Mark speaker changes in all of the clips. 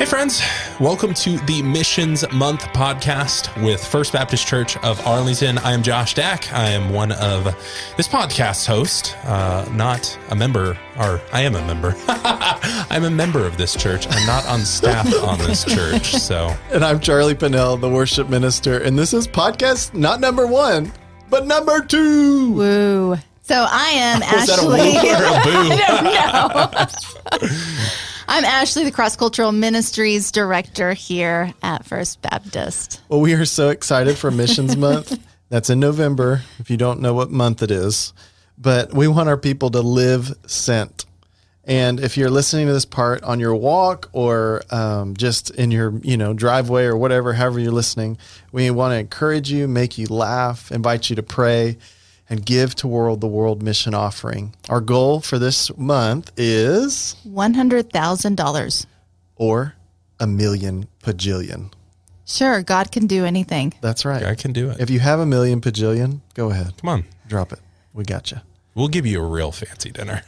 Speaker 1: Hey, friends. Welcome to the Missions Month podcast with First Baptist Church of Arlington. I am Josh Dack. I am one of this podcast's host, uh, not a member, or I am a member. I'm a member of this church. I'm not on staff on this church. So,
Speaker 2: And I'm Charlie Pinnell, the worship minister, and this is podcast not number one, but number two.
Speaker 3: Woo. So I am
Speaker 2: Was that a
Speaker 3: Ashley.
Speaker 2: woo
Speaker 1: or a boo.
Speaker 3: I'm Ashley, the Cross Cultural Ministries Director here at First Baptist.
Speaker 2: Well, we are so excited for Missions Month. That's in November, if you don't know what month it is. But we want our people to live sent. And if you're listening to this part on your walk or um, just in your, you know, driveway or whatever, however you're listening, we want to encourage you, make you laugh, invite you to pray, and give to World the World Mission Offering. Our goal for this month is
Speaker 3: $100,000.
Speaker 2: or a million pajillion.
Speaker 3: Sure, God can do anything.
Speaker 2: That's right.
Speaker 1: I can do it.
Speaker 2: If you have a million pajillion, go ahead,
Speaker 1: Come on.
Speaker 2: drop it. We got you.
Speaker 1: We'll give you a real fancy dinner.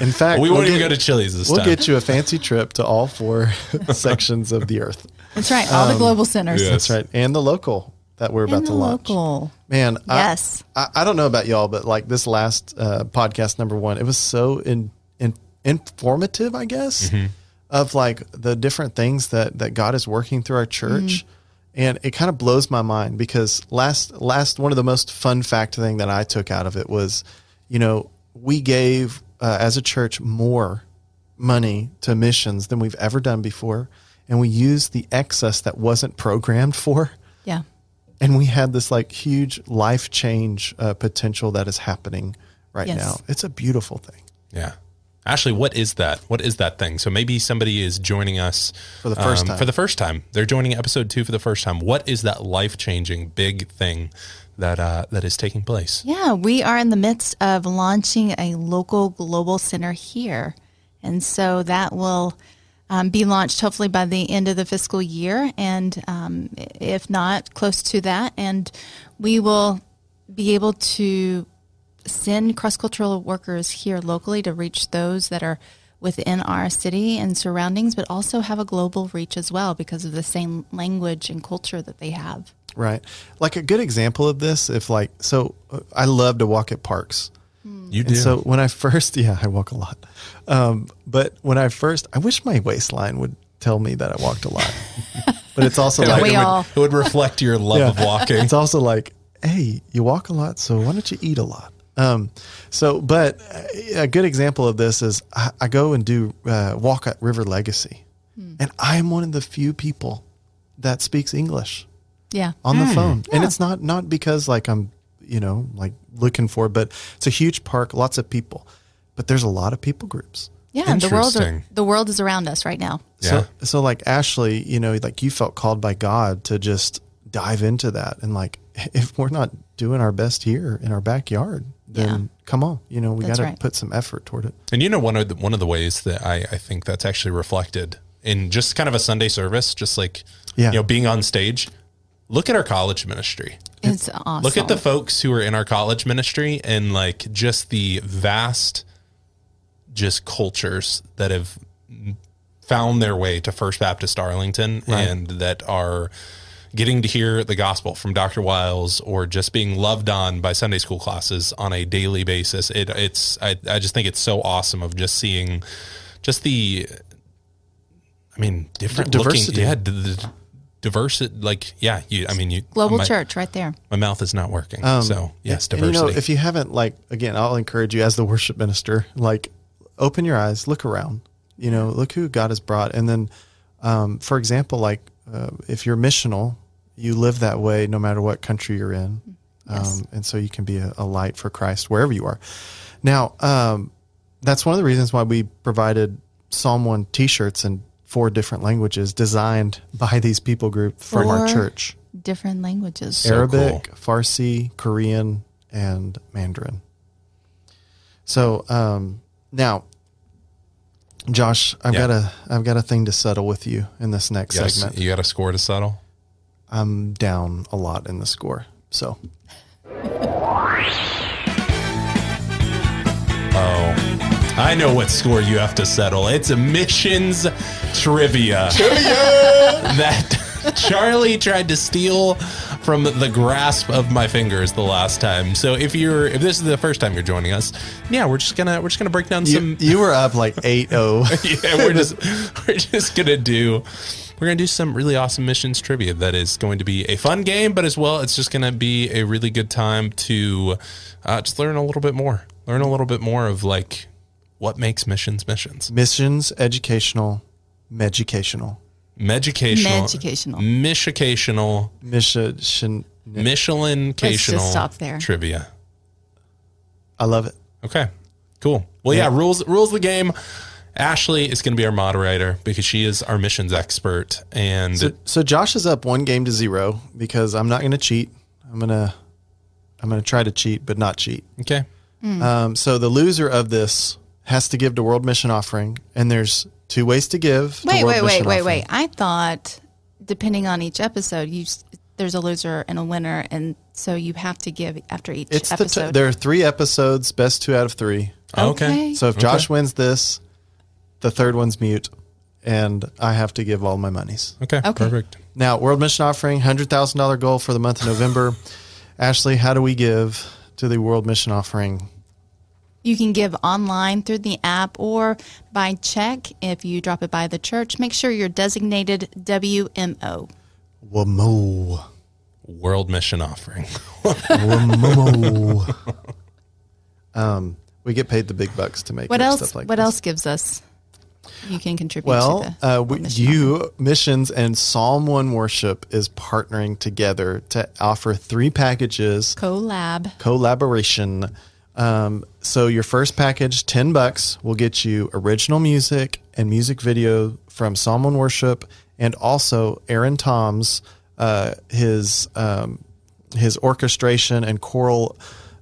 Speaker 2: In fact,
Speaker 1: we
Speaker 2: we'll
Speaker 1: won't even go
Speaker 2: get-
Speaker 1: to Chili's this
Speaker 2: We'll
Speaker 1: time.
Speaker 2: get you a fancy trip to all four sections of the earth.
Speaker 3: That's right, all the global centers.
Speaker 1: yeah.
Speaker 2: That's right, and the local that we're about
Speaker 3: And
Speaker 2: to
Speaker 3: the
Speaker 2: launch.
Speaker 3: local.
Speaker 2: Man, I-
Speaker 3: Yes.
Speaker 2: I, I don't know about y'all, but like this last uh, podcast number one, it was so in, in informative, I guess, of like the different things that that God is working through our church, and it kind of blows my mind because last last one of the most fun fact thing that I took out of it was, you know, we gave uh, as a church more money to missions than we've ever done before, and we used the excess that wasn't programmed for
Speaker 3: Yeah.
Speaker 2: and we had this like huge life change uh, potential that is happening right
Speaker 3: Yes.
Speaker 2: now. It's a beautiful thing
Speaker 1: Yeah. Ashley, what is that? What is that thing? So maybe somebody is joining us um,
Speaker 2: For the first time.
Speaker 1: For the first time, they're joining episode two for the first time. What is that life changing big thing that uh, that is taking place?
Speaker 3: Yeah, we are in the midst of launching a local global center here. And so that will um, be launched hopefully by the end of the fiscal year, and um, if not, close to that. And we will be able to send cross cultural workers here locally to reach those that are within our city and surroundings, but also have a global reach as well because of the same language and culture that they have.
Speaker 2: right like a good example of this if like so uh, i love to walk at parks
Speaker 1: You do.
Speaker 2: and so when i first yeah i walk a lot um, but when i first i wish my waistline would tell me that i walked a lot but it's also
Speaker 1: it,
Speaker 3: Don't
Speaker 2: like
Speaker 1: would,
Speaker 3: we
Speaker 1: it would-
Speaker 3: all?
Speaker 1: it would reflect your love of walking.
Speaker 2: It's also like, hey, you walk a lot, so why don't you eat a lot? Um, so, but uh, a good example of this is I, I go and do uh, walk at River Legacy, and I am one of the few people that speaks English
Speaker 3: Yeah.
Speaker 2: on the phone, and it's not not because like I'm you know like looking for, but it's a huge park, lots of people, but there's a lot of people groups.
Speaker 3: Yeah, the world
Speaker 1: Interesting.
Speaker 3: are, the world is around us right now.
Speaker 1: Yeah.
Speaker 2: So, so like Ashley, you know, like you felt called by God to just dive into that, and like if we're not doing our best here in our backyard, then
Speaker 3: Yeah.
Speaker 2: come on, you know, we got
Speaker 3: That's
Speaker 2: to
Speaker 3: right.
Speaker 2: put some effort toward it.
Speaker 1: And you know one of the, one of the ways that I, I think that's actually reflected in just kind of a Sunday service, just like
Speaker 2: Yeah.
Speaker 1: you know, being on stage. Look at our college ministry.
Speaker 3: It's awesome.
Speaker 1: Look at the folks who are in our college ministry and like just the vast just cultures that have found their way to First Baptist Arlington and that are getting to hear the gospel from Dr. Wiles or just being loved on by Sunday school classes on a daily basis. It, it's I, I just think it's so awesome of just seeing just the I mean different Looking,
Speaker 2: Diversity.
Speaker 1: yeah, d- the diversity like yeah, you I mean you
Speaker 3: global
Speaker 1: my-
Speaker 3: church right there.
Speaker 1: my mouth is not working. so yes,
Speaker 2: Um, And, you
Speaker 1: diversity.
Speaker 2: know, if you haven't, like, again, I'll encourage you as the worship minister, like, open your eyes, look around, you know, look who God has brought. And then, um, for example, like, uh, if you're missional, you live that way no matter what country you're in. Um, and so you can be a, a light for Christ wherever you are. Now, um, that's one of the reasons why we provided Psalm 1 t shirts in four different languages designed by these people group from our
Speaker 3: Four
Speaker 2: church.
Speaker 3: Different languages.
Speaker 1: So
Speaker 2: Arabic, Farsi, Korean, and Mandarin. So um, now, Josh, I've
Speaker 1: Yeah.
Speaker 2: got a I've got a thing to settle with you in this next
Speaker 1: Yes,
Speaker 2: segment.
Speaker 1: you got a score to settle.
Speaker 2: I'm down a lot in the score, so
Speaker 1: Oh, I know what score you have to settle. It's emissions trivia. that Charlie tried to steal from the grasp of my fingers the last time. So if you're if this is the first time you're joining us, yeah, we're just gonna we're just gonna break down
Speaker 2: You,
Speaker 1: some
Speaker 2: you were up like 8 0.
Speaker 1: yeah, we're just we're just gonna do we're gonna do some really awesome missions trivia that is going to be a fun game, but as well, it's just gonna be a really good time to uh, just learn a little bit more, learn a little bit more of like what makes missions missions,
Speaker 2: Missions, educational, meducational.
Speaker 1: meducational,
Speaker 3: Meducational.
Speaker 2: Mm.
Speaker 1: mishicational,
Speaker 2: Mission.
Speaker 1: Michelin,
Speaker 3: stop there.
Speaker 1: trivia.
Speaker 2: I love it.
Speaker 1: Okay, cool. Well, yeah, rules rules the game. Ashley is going to be our moderator because she is our missions expert, and
Speaker 2: So, so Josh is up one game to zero because I'm not going to cheat. I'm gonna, I'm gonna try to cheat, but not cheat.
Speaker 1: okay,
Speaker 2: Um, so the loser of this has to give the world mission offering, and there's two ways to give. the
Speaker 3: Wait,
Speaker 2: world
Speaker 3: wait, wait,
Speaker 2: mission
Speaker 3: wait,
Speaker 2: offering.
Speaker 3: wait. I thought, depending on each episode, you s- there's a loser and a winner, and so you have to give after each
Speaker 2: It's the t-
Speaker 3: episode.
Speaker 2: there are three episodes, best two out of three.
Speaker 1: okay.
Speaker 2: So if Josh wins this, the third one's mute, and I have to give all my monies.
Speaker 1: Okay, perfect.
Speaker 2: Now, World Mission Offering, $100,000 goal for the month of November. Ashley, how do we give to the World Mission Offering?
Speaker 3: You can give online through the app or by check if you drop it by the church. Make sure you're designated WMO.
Speaker 2: Wamo.
Speaker 1: World mission offering.
Speaker 2: Wamo. um, we get paid the big bucks to make
Speaker 3: What
Speaker 2: up
Speaker 3: else?
Speaker 2: stuff like
Speaker 3: what
Speaker 2: this.
Speaker 3: else gives us? You can contribute. to
Speaker 2: Well,
Speaker 3: the
Speaker 2: uh, we, you missions and Psalm One worship is partnering together to offer three packages
Speaker 3: collab.
Speaker 2: collaboration. Um, so your first package, ten bucks, will get you original music and music video from Psalm One Worship, and also Aaron Tom's uh, his um, his orchestration and choral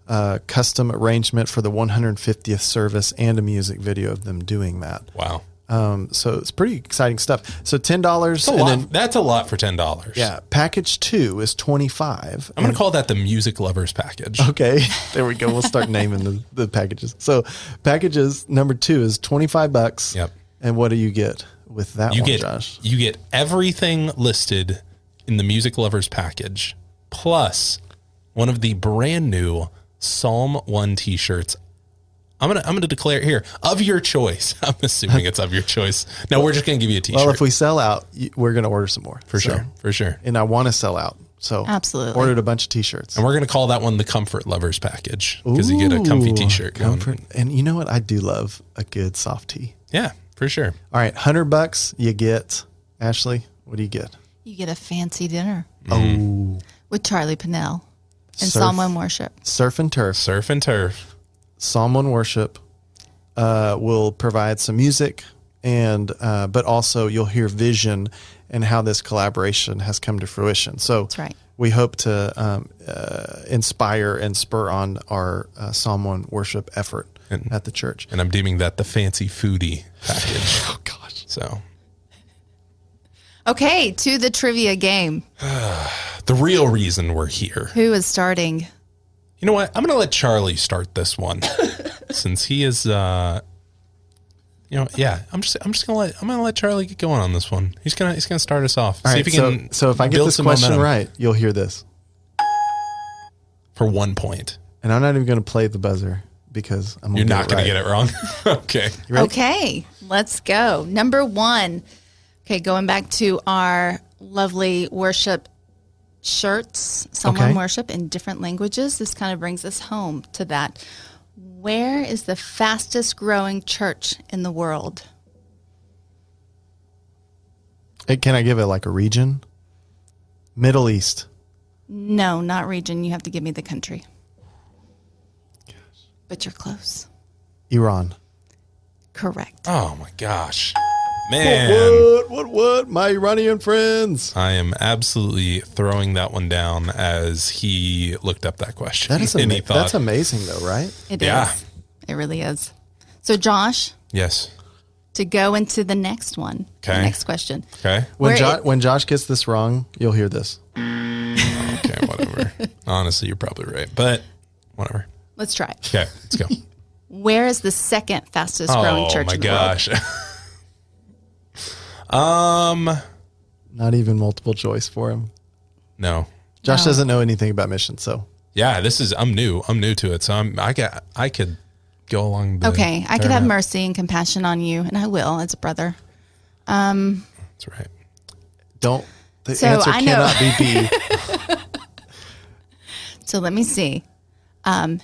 Speaker 2: uh, custom arrangement for the 150th service, and a music video of them doing that.
Speaker 1: Wow.
Speaker 2: Um, so it's pretty exciting stuff. So ten dollars,
Speaker 1: That's a,
Speaker 2: and
Speaker 1: lot,
Speaker 2: then
Speaker 1: that's a lot for ten dollars.
Speaker 2: yeah, package two is twenty five.
Speaker 1: I'm gonna call that the music lovers package.
Speaker 2: Okay, there we go. We'll start naming the, the packages. So packages number two is twenty five bucks.
Speaker 1: Yep.
Speaker 2: And what do you get with that
Speaker 1: You
Speaker 2: one,
Speaker 1: get
Speaker 2: Josh?
Speaker 1: you get everything listed in the music lovers package, plus one of the brand new Psalm One T-shirts. I'm gonna I'm gonna declare it here of your choice. I'm assuming it's of your choice. No, we're just gonna give you a T-shirt
Speaker 2: Well, if we sell out, y- we're going to order some more
Speaker 1: for sure, for sure.
Speaker 2: And I want to sell out, so
Speaker 3: Absolutely.
Speaker 2: ordered a bunch of t-shirts.
Speaker 1: And we're gonna call that one the comfort lovers package because you get a comfy
Speaker 2: Ooh,
Speaker 1: T-shirt. going.
Speaker 2: comfort. And you know what? I do love a good soft tea.
Speaker 1: Yeah, for sure.
Speaker 2: All right, hundred bucks you get. Ashley, what do you get?
Speaker 3: You get a fancy dinner
Speaker 1: Mm.
Speaker 2: Oh,
Speaker 3: with Charlie Pinnell and
Speaker 2: Surf.
Speaker 3: Psalm one worship.
Speaker 2: surf and turf.
Speaker 1: Surf and turf.
Speaker 2: Psalm one worship. Uh, will provide some music, and uh, but also you'll hear vision and how this collaboration has come to fruition. So
Speaker 3: That's right.
Speaker 2: We hope to um, uh, inspire and spur on our uh, Psalm one worship effort
Speaker 1: And-
Speaker 2: at the church.
Speaker 1: and I'm deeming that the fancy foodie package.
Speaker 2: Oh gosh,
Speaker 1: So
Speaker 3: Okay, to the trivia game.
Speaker 1: the real reason we're here.
Speaker 3: Who is starting?
Speaker 1: You know what? I'm gonna let Charlie start this one since he is. uh You know, yeah. I'm just I'm just gonna let I'm gonna let Charlie get going on this one. He's gonna he's gonna start us off.
Speaker 2: All right, so, so if I get
Speaker 1: build
Speaker 2: this
Speaker 1: some
Speaker 2: question
Speaker 1: momentum
Speaker 2: right, you'll hear this,
Speaker 1: for one point,
Speaker 2: and I'm not even going to play the buzzer because I'm
Speaker 1: you're not gonna
Speaker 2: right.
Speaker 1: get it wrong. okay.
Speaker 2: Ready?
Speaker 3: Okay, let's go. Number one. Okay, going back to our lovely worship shirts, someone
Speaker 2: Okay.
Speaker 3: worship in different languages. This kind of brings us home to that. Where is the fastest growing church in the world?
Speaker 2: Hey, Can I give it like a region? Middle East.
Speaker 3: No, not region. You have to give me the country. But you're close.
Speaker 2: Iran.
Speaker 3: Correct.
Speaker 1: Oh my gosh, man.
Speaker 2: What, what, what? My Iranian friends.
Speaker 1: I am absolutely throwing that one down as he looked up that question.
Speaker 2: That is
Speaker 1: and
Speaker 2: ama-
Speaker 1: he thought,
Speaker 2: that's amazing, though, right?
Speaker 3: It is.
Speaker 1: Yeah.
Speaker 3: It really is. So, Josh,
Speaker 1: yes.
Speaker 3: to go into the next one, the
Speaker 1: Okay.
Speaker 3: next question.
Speaker 1: Okay.
Speaker 2: When,
Speaker 3: Where
Speaker 2: jo-
Speaker 3: it-
Speaker 2: when Josh gets this wrong, you'll hear this.
Speaker 1: Okay, whatever. Honestly, you're probably right, but whatever.
Speaker 3: Let's try. it.
Speaker 1: Okay, let's go.
Speaker 3: Where is the second fastest growing
Speaker 1: Oh
Speaker 3: church
Speaker 1: my
Speaker 3: in the world?
Speaker 1: gosh. um,
Speaker 2: Not even multiple choice for him.
Speaker 1: no.
Speaker 2: Josh
Speaker 3: No.
Speaker 2: doesn't know anything about missions, so
Speaker 1: Yeah, this is I'm new. I'm new to it, so I'm I got I could go along. The
Speaker 3: Okay, I could
Speaker 1: fair
Speaker 3: have
Speaker 1: amount.
Speaker 3: mercy and compassion on you, and I will as a brother.
Speaker 1: That's right.
Speaker 2: don't. The
Speaker 3: So,
Speaker 2: answer
Speaker 3: I know.
Speaker 2: cannot be B.
Speaker 3: So let me see. Um,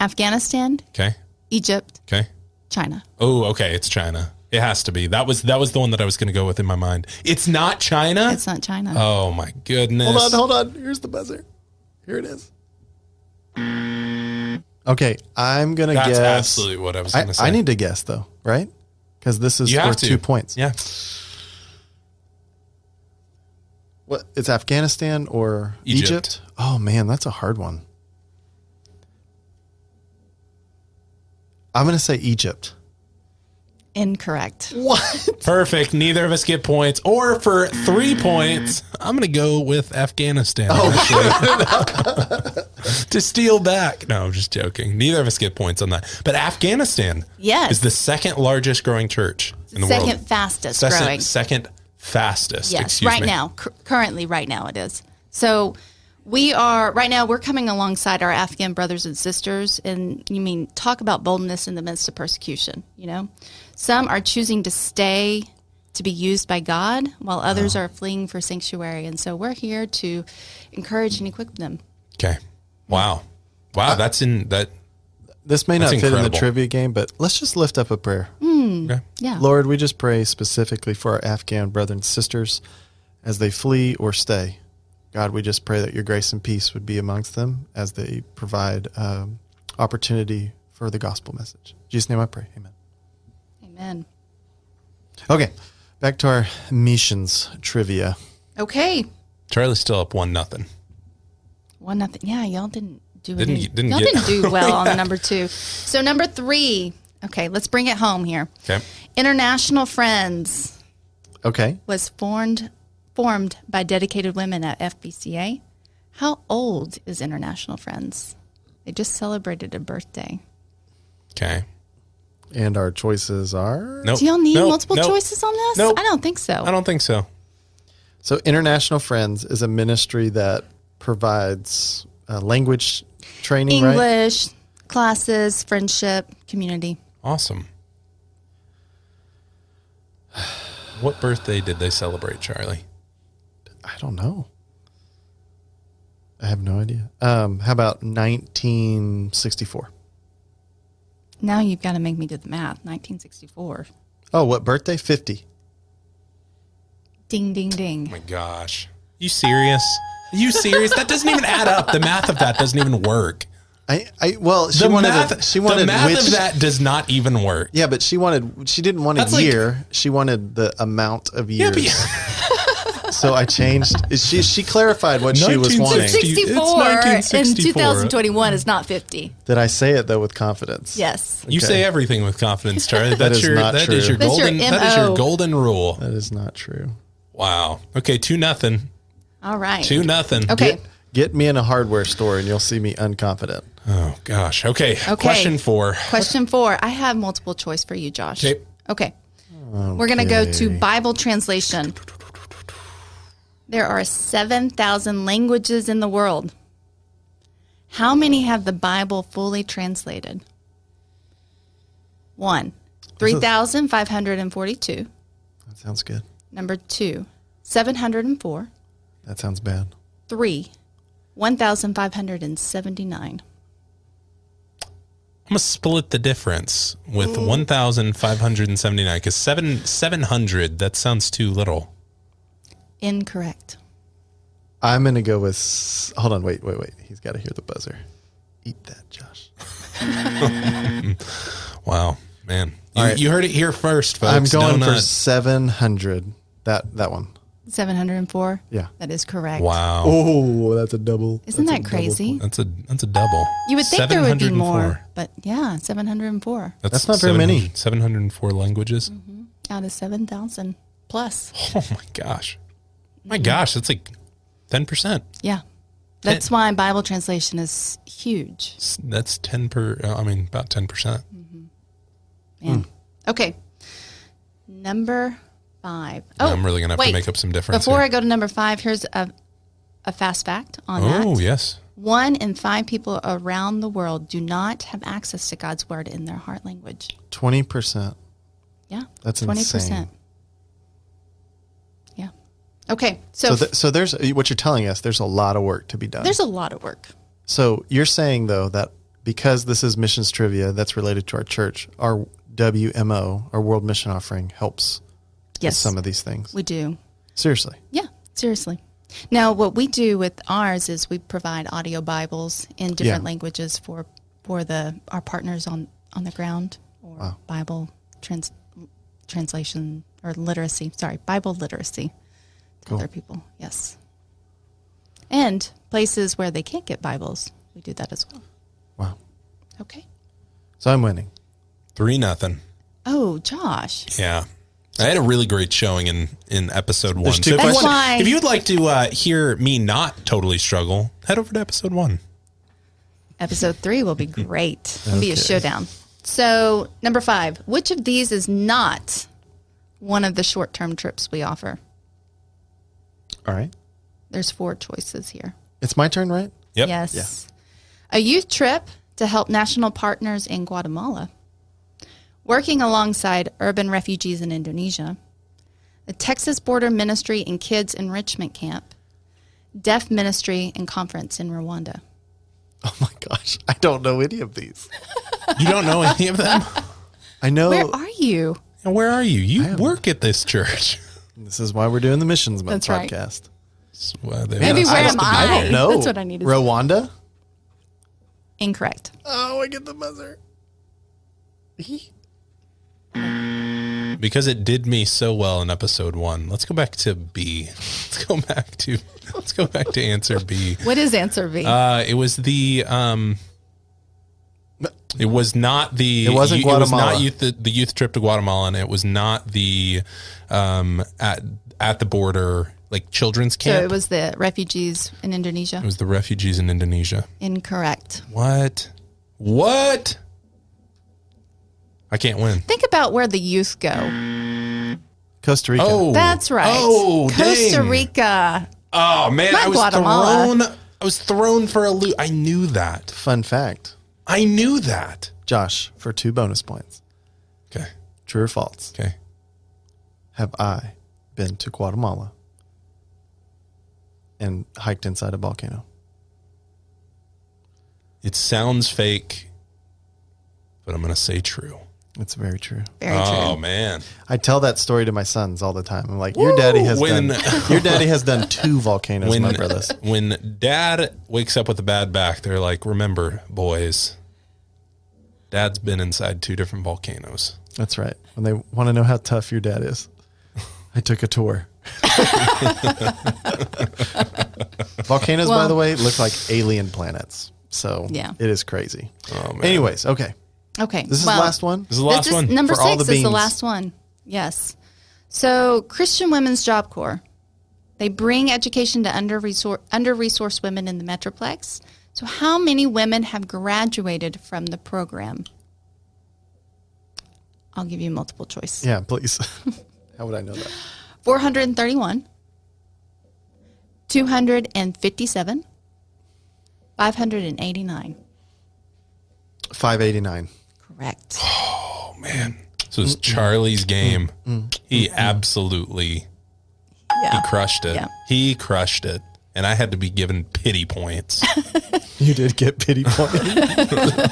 Speaker 3: Afghanistan,
Speaker 1: Okay.
Speaker 3: Egypt,
Speaker 1: Okay.
Speaker 3: China.
Speaker 1: Oh, okay. It's China. It has to be. That was that was the one that I was going to go with in my mind. It's not China.
Speaker 3: It's not China.
Speaker 1: oh my goodness.
Speaker 2: hold on, hold on. Here's the buzzer. Here it is. Okay, I'm gonna
Speaker 1: That's
Speaker 2: guess.
Speaker 1: absolutely what I was going
Speaker 2: I,
Speaker 1: to say.
Speaker 2: I need to guess though, right? Because this is
Speaker 1: You
Speaker 2: for
Speaker 1: have to.
Speaker 2: two points.
Speaker 1: Yeah.
Speaker 2: What? It's Afghanistan or Egypt.
Speaker 1: Egypt.
Speaker 2: Oh man, that's a hard one. I'm gonna say Egypt.
Speaker 3: Incorrect.
Speaker 2: What?
Speaker 1: Perfect. Neither of us get points. Or for three points, I'm going to go with Afghanistan. actually. to steal back. No, I'm just joking. Neither of us get points on that. But Afghanistan
Speaker 3: Yes.
Speaker 1: is the second largest growing church in the
Speaker 3: Second
Speaker 1: world.
Speaker 3: fastest
Speaker 1: Second-
Speaker 3: growing.
Speaker 1: Second fastest.
Speaker 3: Yes,
Speaker 1: excuse
Speaker 3: right
Speaker 1: me.
Speaker 3: now, cur- currently, right now it is. So we are right now. We're coming alongside our Afghan brothers and sisters, and you mean talk about boldness in the midst of persecution. You know, some are choosing to stay to be used by God, while others are fleeing for sanctuary. And so we're here to encourage and equip them.
Speaker 1: Okay. Wow.
Speaker 3: Uh,
Speaker 1: Wow. That's in that.
Speaker 2: This may
Speaker 1: That's
Speaker 2: not fit in the
Speaker 1: incredible.
Speaker 2: trivia game, but let's just lift up a prayer.
Speaker 1: Okay.
Speaker 3: Yeah,
Speaker 2: Lord, we just pray specifically for our Afghan brothers and sisters as they flee or stay. God, we just pray that your grace and peace would be amongst them as they provide um, opportunity for the gospel message. In Jesus' name I pray. Amen.
Speaker 3: Amen.
Speaker 2: Okay, back to our missions trivia.
Speaker 3: Okay,
Speaker 1: Charlie's still up one nothing.
Speaker 3: One nothing. Yeah, y'all didn't do
Speaker 1: Didn't
Speaker 3: it.
Speaker 1: get- didn't
Speaker 3: y'all
Speaker 1: get-
Speaker 3: didn't do well on number two. So number three. Okay, let's bring it home here.
Speaker 1: Okay.
Speaker 3: International Friends
Speaker 2: Okay,
Speaker 3: was formed formed by dedicated women at FBCA. How old is International Friends? They just celebrated a birthday.
Speaker 1: Okay.
Speaker 2: and our choices are.
Speaker 1: Nope.
Speaker 3: Do y'all need
Speaker 1: Nope.
Speaker 3: multiple
Speaker 1: Nope.
Speaker 3: choices on this?
Speaker 1: Nope.
Speaker 3: I don't think so.
Speaker 1: I don't think so.
Speaker 2: So, International Friends is a ministry that provides uh, language training, right?
Speaker 3: English, classes, friendship, community.
Speaker 1: Awesome. What birthday did they celebrate, Charlie?
Speaker 2: I don't know. I have no idea. Um, how about 1964?
Speaker 3: Now you've got to make me do the math. 1964.
Speaker 2: Oh, what birthday? 50.
Speaker 3: Ding, ding, ding.
Speaker 1: Oh my gosh. You serious? you serious? That doesn't even add up. The math of that doesn't even work.
Speaker 2: I, I well, she
Speaker 1: The
Speaker 2: wanted
Speaker 1: math,
Speaker 2: a, she wanted
Speaker 1: the math
Speaker 2: which
Speaker 1: of that does not even work.
Speaker 2: Yeah, but she wanted she didn't want a
Speaker 1: That's like-
Speaker 2: year. she wanted the amount of years.
Speaker 1: but-
Speaker 2: so I changed. She she clarified what she was wanting.
Speaker 1: 1960. It's
Speaker 3: 64
Speaker 1: 1964.
Speaker 3: in 2021 is not 50.
Speaker 2: Did I say it though with confidence?
Speaker 3: Yes.
Speaker 1: You say everything with confidence, Charlie. That's
Speaker 2: is
Speaker 1: your
Speaker 2: not
Speaker 1: that is your
Speaker 2: true.
Speaker 3: That's your
Speaker 1: golden that is your
Speaker 3: MO.
Speaker 1: golden rule.
Speaker 2: That is not true.
Speaker 1: Wow. Okay, two nothing.
Speaker 3: All right.
Speaker 1: Two nothing.
Speaker 3: Okay.
Speaker 2: Get me in a hardware store and you'll see me unconfident.
Speaker 1: Oh gosh. Okay.
Speaker 3: Okay.
Speaker 1: Question four.
Speaker 3: Question four. I have multiple choice for you, Josh.
Speaker 1: Okay.
Speaker 3: Okay. We're going to go to Bible translation. There are 7,000 languages in the world. How many have the Bible fully translated? One, 3,542.
Speaker 2: That sounds good.
Speaker 3: Number two, 704.
Speaker 2: That sounds bad.
Speaker 3: Three, 1,579.
Speaker 1: I'm gonna split the difference with 1,579 because seven 700 that sounds too little.
Speaker 3: Incorrect.
Speaker 2: I'm gonna go with. s- Hold on, wait, wait, wait. He's got to hear the buzzer. Eat that, Josh.
Speaker 1: Wow, man, you,
Speaker 2: All right.
Speaker 1: you heard it here first, folks.
Speaker 2: I'm going
Speaker 1: Don't,
Speaker 2: for
Speaker 1: uh,
Speaker 2: seven hundred. That that one.
Speaker 3: 704.
Speaker 2: Yeah.
Speaker 3: That is correct.
Speaker 1: wow.
Speaker 2: Oh, that's a double.
Speaker 3: Isn't
Speaker 2: that's a
Speaker 3: that
Speaker 2: double
Speaker 3: crazy?
Speaker 2: point.
Speaker 1: That's a that's a double.
Speaker 3: You would think there would be
Speaker 1: 704.
Speaker 3: more, but yeah, 704
Speaker 2: That's not very many.
Speaker 1: 704 languages.
Speaker 3: out of 7,000 plus.
Speaker 1: Oh my gosh. My gosh, that's like 10%.
Speaker 3: Yeah. That's why Bible translation is huge.
Speaker 1: S- That's 10 per, uh, I mean, about 10%. percent
Speaker 3: Man.
Speaker 1: Hmm.
Speaker 3: Okay. Number five. Oh,
Speaker 1: I'm really going to have
Speaker 3: wait.
Speaker 1: to make up some difference.
Speaker 3: Before I
Speaker 1: here.
Speaker 3: go to number five, here's a, a fast fact on
Speaker 1: oh,
Speaker 3: that.
Speaker 1: yes.
Speaker 3: One in five people around the world do not have access to God's word in their heart language.
Speaker 2: Twenty percent.
Speaker 3: Yeah.
Speaker 2: That's insane.
Speaker 3: Yeah. Okay. So,
Speaker 2: So, th- so there's what you're telling us. There's a lot of work to be done.
Speaker 3: there's a lot of work.
Speaker 2: So you're saying though that because this is missions trivia that's related to our church, our WMO, our World Mission Offering, helps with
Speaker 3: Yes.
Speaker 2: some of these things.
Speaker 3: we do.
Speaker 2: Seriously,
Speaker 3: Yeah, seriously. Now, what we do with ours is we provide audio Bibles in different
Speaker 2: Yeah.
Speaker 3: languages for for the our partners on on the ground or Bible trans, translation or literacy. Sorry, Bible literacy to other people. Yes, and places where they can't get Bibles, we do that as well.
Speaker 2: wow.
Speaker 3: Okay.
Speaker 2: So I'm winning.
Speaker 1: Three nothing.
Speaker 3: Oh, Josh.
Speaker 1: Yeah. I had a really great showing in, in episode one.
Speaker 2: two
Speaker 1: if, you
Speaker 3: That's
Speaker 1: want-
Speaker 3: why-
Speaker 1: if you would like to uh, hear me not totally struggle, head over to episode one.
Speaker 3: Episode three will be great. It'll be a showdown. So, number five, which of these is not one of the short term trips we offer?
Speaker 2: All right,
Speaker 3: There's four choices here.
Speaker 2: it's my turn, right?
Speaker 1: Yep.
Speaker 3: Yes. A youth trip to help national partners in Guatemala, working alongside urban refugees in Indonesia, a Texas border ministry and kids enrichment camp, deaf ministry and conference in Rwanda.
Speaker 2: Oh my gosh, I don't know any of these.
Speaker 1: You don't know any of them?
Speaker 2: I know
Speaker 3: Where are you?
Speaker 1: And where are you? You work at this church.
Speaker 2: this is why we're doing the missions month
Speaker 3: That's right.
Speaker 2: podcast.
Speaker 1: That's why they-
Speaker 3: Maybe where am I?
Speaker 2: I don't know.
Speaker 3: That's what I need to say.
Speaker 2: Rwanda.
Speaker 3: Incorrect.
Speaker 2: Oh, I get the buzzer.
Speaker 1: because it did me so well in episode one. Let's go back to B. Let's go back to let's go back to answer B.
Speaker 3: What is answer V?
Speaker 1: Uh, it was the um, it was not the
Speaker 2: It wasn't
Speaker 1: It was
Speaker 2: Guatemala.
Speaker 1: not youth the, the youth trip to Guatemala, and it was not the um at at the border like children's camp.
Speaker 3: So it was the refugees in Indonesia.
Speaker 1: it was the refugees in Indonesia.
Speaker 3: Incorrect.
Speaker 1: What? What? I can't win.
Speaker 3: Think about where the youth go.
Speaker 2: Costa Rica.
Speaker 1: Oh,
Speaker 3: That's right.
Speaker 1: Oh,
Speaker 3: Costa
Speaker 1: dang.
Speaker 3: Rica.
Speaker 1: Oh man,
Speaker 3: Not
Speaker 1: I was
Speaker 3: Guatemala.
Speaker 1: thrown. I was thrown for a loop. I knew that.
Speaker 2: Fun fact,
Speaker 1: I knew that.
Speaker 2: Josh, for two bonus points.
Speaker 1: Okay.
Speaker 2: True or false?
Speaker 1: Okay.
Speaker 2: Have I been to Guatemala and hiked inside a volcano?
Speaker 1: It sounds fake, but I'm gonna say true.
Speaker 2: It's very true.
Speaker 3: Very
Speaker 1: oh
Speaker 3: true.
Speaker 1: man,
Speaker 2: I tell that story to my sons all the time. I'm like, your daddy has
Speaker 1: When-
Speaker 2: done your daddy has done two volcanoes, my brothers.
Speaker 1: when Dad wakes up with a bad back, they're like, "Remember, boys, Dad's been inside two different volcanoes."
Speaker 2: That's right. When they want to know how tough your dad is, I took a tour. volcanoes, by
Speaker 3: Well-
Speaker 2: the way, look like alien planets. So
Speaker 3: Yeah.
Speaker 2: it is crazy.
Speaker 1: Oh man,
Speaker 2: Anyways, okay.
Speaker 3: Okay.
Speaker 2: This is
Speaker 3: well,
Speaker 2: the last one.
Speaker 1: this is the last
Speaker 3: this is,
Speaker 1: one.
Speaker 3: Number
Speaker 2: For all
Speaker 3: six
Speaker 2: the
Speaker 3: is the
Speaker 2: beans.
Speaker 3: last one. Yes. So Christian Women's Job Corps, they bring education to under resourced women in the Metroplex. So how many women have graduated from the program? I'll give you multiple choice.
Speaker 2: Yeah, please. how would I know that?
Speaker 3: 431, 257, 589.
Speaker 2: 589.
Speaker 3: Correct.
Speaker 1: oh man, this was Charlie's game. He absolutely
Speaker 3: Yeah.
Speaker 1: he crushed it.
Speaker 3: Yeah.
Speaker 1: He crushed it, and I had to be given pity points.
Speaker 2: You did get pity point.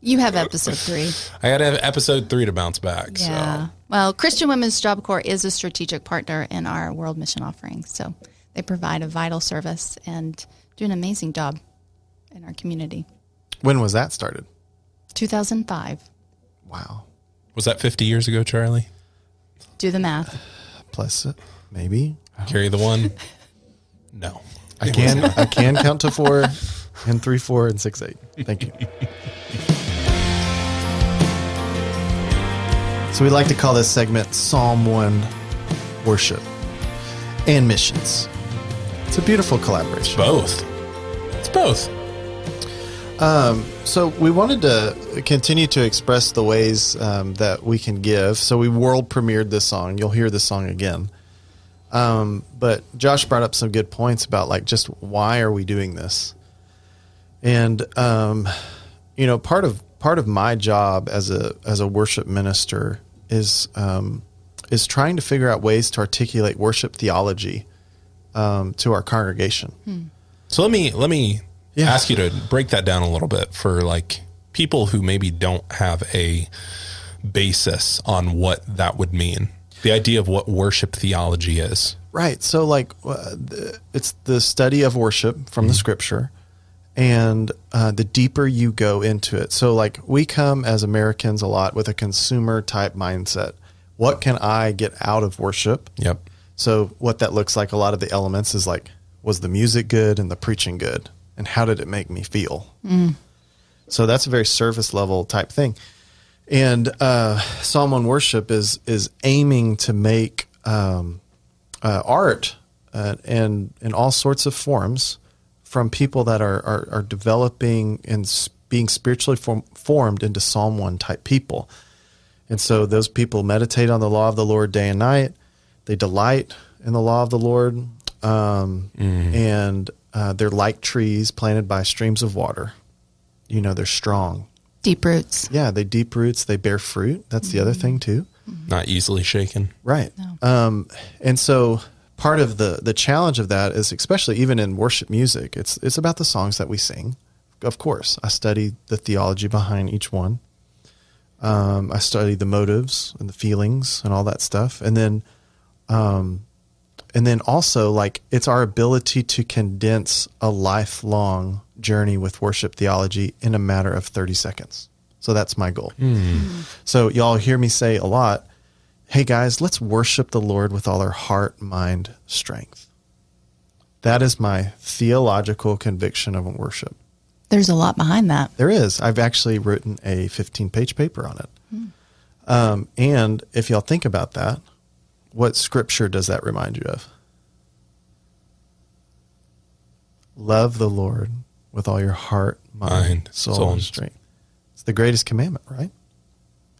Speaker 3: You have episode three.
Speaker 1: I got to have episode three to bounce back. So.
Speaker 3: Yeah. Well, Christian Women's Job Corps is a strategic partner in our World Mission offering. So they provide a vital service and do an amazing job in our community.
Speaker 2: when was that started?
Speaker 3: 2005.
Speaker 2: Wow.
Speaker 1: Was that 50 years ago, Charlie?
Speaker 3: Do the math.
Speaker 2: Plus, uh, maybe
Speaker 3: Oh.
Speaker 1: Carry the one? No.
Speaker 2: I can I can count to four and three, four, and six, eight. Thank you. So we like to call this segment Psalm One Worship and Missions. It's a beautiful collaboration.
Speaker 1: Both. It's both.
Speaker 2: So we wanted to continue to express the ways um, that we can give. So we world premiered this song. You'll hear this song again. Um, but Josh brought up some good points about like just why are we doing this? And um, you know, part of part of my job as a as a worship minister is um, is trying to figure out ways to articulate worship theology um, to our congregation.
Speaker 1: So let me let me
Speaker 2: Yeah.
Speaker 1: ask you to break that down a little bit for like people who maybe don't have a basis on what that would mean. The idea of what worship theology is.
Speaker 2: Right. So, like, uh, the, it's the study of worship from the scripture, and uh, the deeper you go into it. So, like, we come as Americans a lot with a consumer type mindset. What can I get out of worship?
Speaker 1: Yep.
Speaker 2: So, what that looks like, a lot of the elements is like, was the music good and the preaching good? And how did it make me feel? So, that's a very service level type thing. And uh, Psalm on worship is is aiming to make um, uh, art uh, and in all sorts of forms from people that are are, are developing and s- being spiritually form, formed into Psalm one type people. And so those people meditate on the law of the Lord day and night. They delight in the law of the Lord, um, and uh, they're like trees planted by streams of water. You know, they're strong.
Speaker 3: Deep roots.
Speaker 2: Yeah, they deep roots. They bear fruit. That's the other thing too.
Speaker 1: Not easily shaken.
Speaker 2: Right. Um, and so part of the the challenge of that is especially even in worship music, it's it's about the songs that we sing. Of course, I study the theology behind each one. Um, I study the motives and the feelings and all that stuff, and then, um, and then also like it's our ability to condense a lifelong journey with worship theology in a matter of thirty seconds. So that's my goal. So y'all hear me say a lot, hey guys, let's worship the Lord with all our heart, mind, strength. That is my theological conviction of worship.
Speaker 3: There's a lot behind that.
Speaker 2: There is. I've actually written a 15 page paper on it. Um, and if y'all think about that, what scripture does that remind you of? Love the Lord with all your heart, mind,
Speaker 1: Mind,
Speaker 2: soul,
Speaker 1: soul,
Speaker 2: and
Speaker 1: and-
Speaker 2: strength. It's the greatest commandment, right?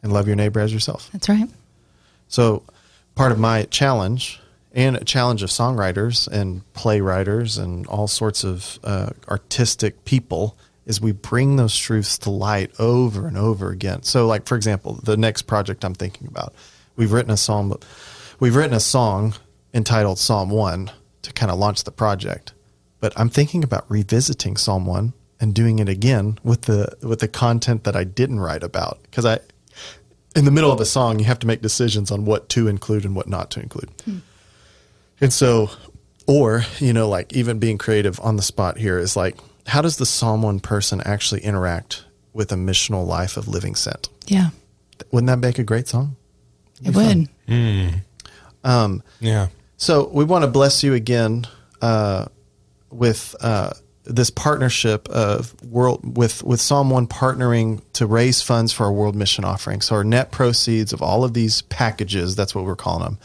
Speaker 2: And love your neighbor as yourself.
Speaker 3: That's right.
Speaker 2: So, part of my challenge and a challenge of songwriters and playwriters and all sorts of uh, artistic people is we bring those truths to light over and over again. So, like for example, the next project I'm thinking about, we've written a song, we've written a song entitled Psalm One to kind of launch the project, but I'm thinking about revisiting Psalm One and doing it again with the with the content that I didn't write about because I in the middle of a song, you have to make decisions on what to include and what not to include. And so, or, you know, like even being creative on the spot here is like, how does the Psalm 1 person actually interact with a missional life of living sent?
Speaker 3: Yeah.
Speaker 2: Wouldn't that make a great song?
Speaker 3: It would.
Speaker 1: Yeah.
Speaker 2: So we want to bless you again uh, with uh, this partnership of world with with Psalm One partnering to raise funds for our World Mission Offering. So our net proceeds of all of these packages, that's what we're calling them,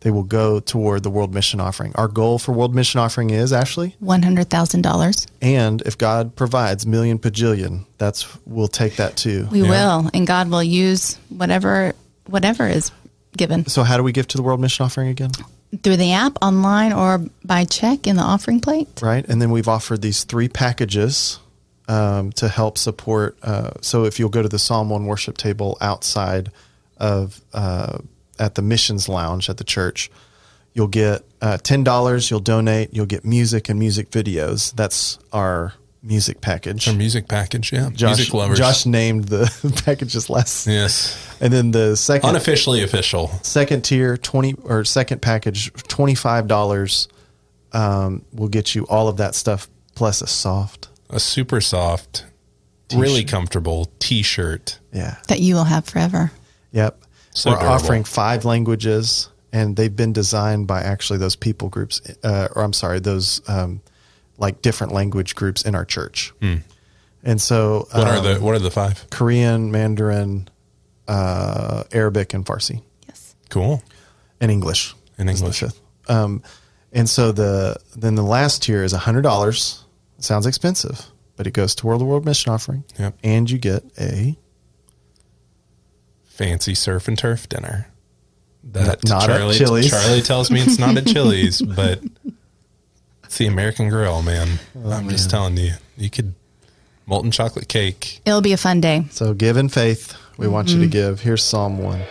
Speaker 2: they will go toward the World Mission Offering. Our goal for World Mission Offering is Ashley,
Speaker 3: $100,000.
Speaker 2: and if God provides million pajillion, that's we'll take that too.
Speaker 3: We will. And God will use whatever whatever is given
Speaker 2: So how do we give to the World Mission Offering again?
Speaker 3: through the app, online, or by check in the offering plate.
Speaker 2: right? And then we've offered these three packages um, to help support. Uh, so if you'll go to the Psalm One worship table outside of uh, at the missions lounge at the church, you'll get uh, ten dollars. You'll donate. You'll get music and music videos. That's our music package.
Speaker 1: Our music package. Yeah.
Speaker 2: Josh,
Speaker 1: music lovers.
Speaker 2: Josh named the packages last,
Speaker 1: Yes.
Speaker 2: and then the second
Speaker 1: Unofficially official.
Speaker 2: second tier 20 or second package $25 um, will get you all of that stuff plus a soft
Speaker 1: A super soft, really comfortable t shirt.
Speaker 2: yeah
Speaker 3: that you will have forever.
Speaker 2: yep
Speaker 1: So
Speaker 2: we're
Speaker 1: adorable.
Speaker 2: offering five languages and they've been designed by actually those people groups uh, or i'm sorry those um, like different language groups in our church and so
Speaker 1: Hmm. What
Speaker 2: um,
Speaker 1: are the what are the five?
Speaker 2: korean mandarin uh, arabic and farsi
Speaker 3: Yes.
Speaker 1: Cool.
Speaker 2: and english
Speaker 1: And
Speaker 2: is the
Speaker 1: English.
Speaker 2: fifth. um, And so the then the last tier is hundred dollars. Sounds expensive, but it goes toward the world mission offering.
Speaker 1: Yep.
Speaker 2: And you get a
Speaker 1: Fancy surf and turf dinner. That
Speaker 2: Not at
Speaker 1: Charlie
Speaker 2: Chili's.
Speaker 1: Charlie tells me it's not at Chili's, but it's the American Grill, man.
Speaker 2: Oh,
Speaker 1: I'm just telling you, you could molten chocolate cake.
Speaker 3: It'll be a fun day.
Speaker 2: so give in faith. We want you to give. Here's Psalm one.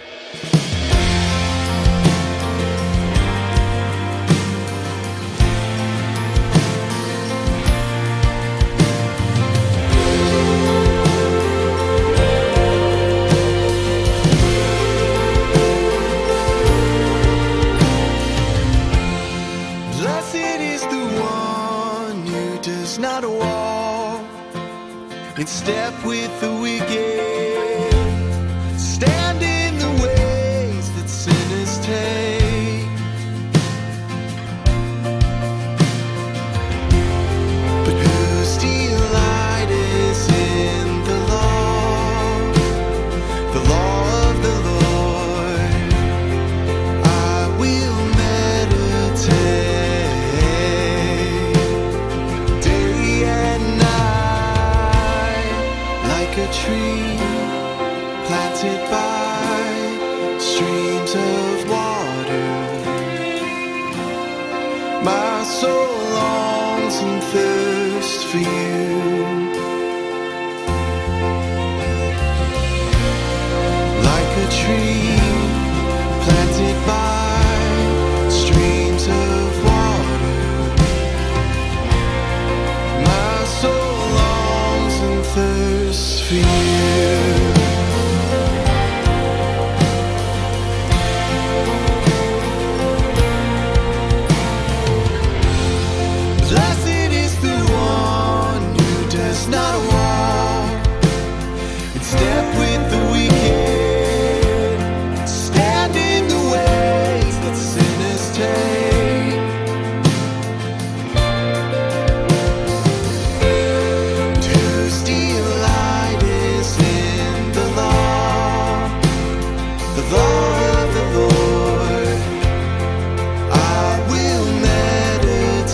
Speaker 4: Blessed is the one who does not walk in step with the wicked, stand in the ways that sinners take. But whose delight is in the law, the law of the Lord? I will meditate day and night like a tree planted by streams of water. My soul longs and thirsts for you. like a tree planted by streams of water. My soul longs and thirsts for you. Blessed is the one who does not walk in step with the wicked, stand in the ways that sinners take. And whose delight is in the law, the law of the Lord. I will meditate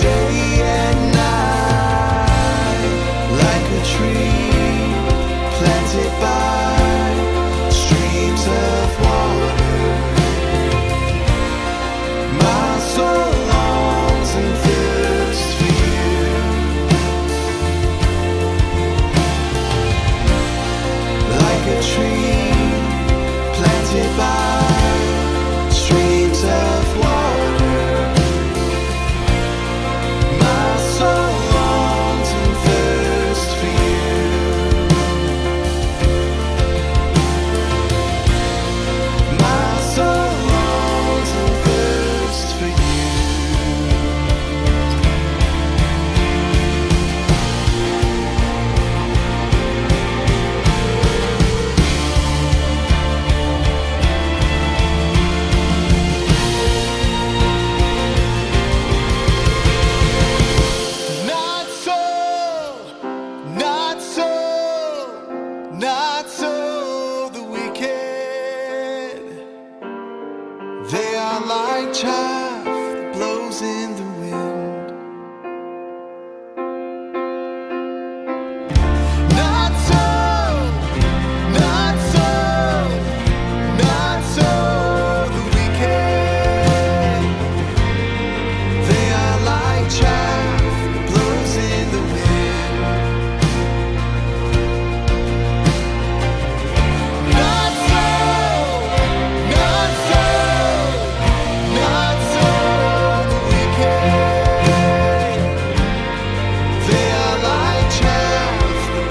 Speaker 4: day and night, like a tree planted by streams of water. My soul longs and thirsts for you. Like a tree planted by streams of water. My soul longs and thirsts for you. My soul longs and thirsts for you. Not so, not so, not so the wicked. They are like chaff that blows in the wind. Not so, not so, not so the wicked. They are like chaff that blows in the wind. Not so, not so, not so the wicked. They are like chaff that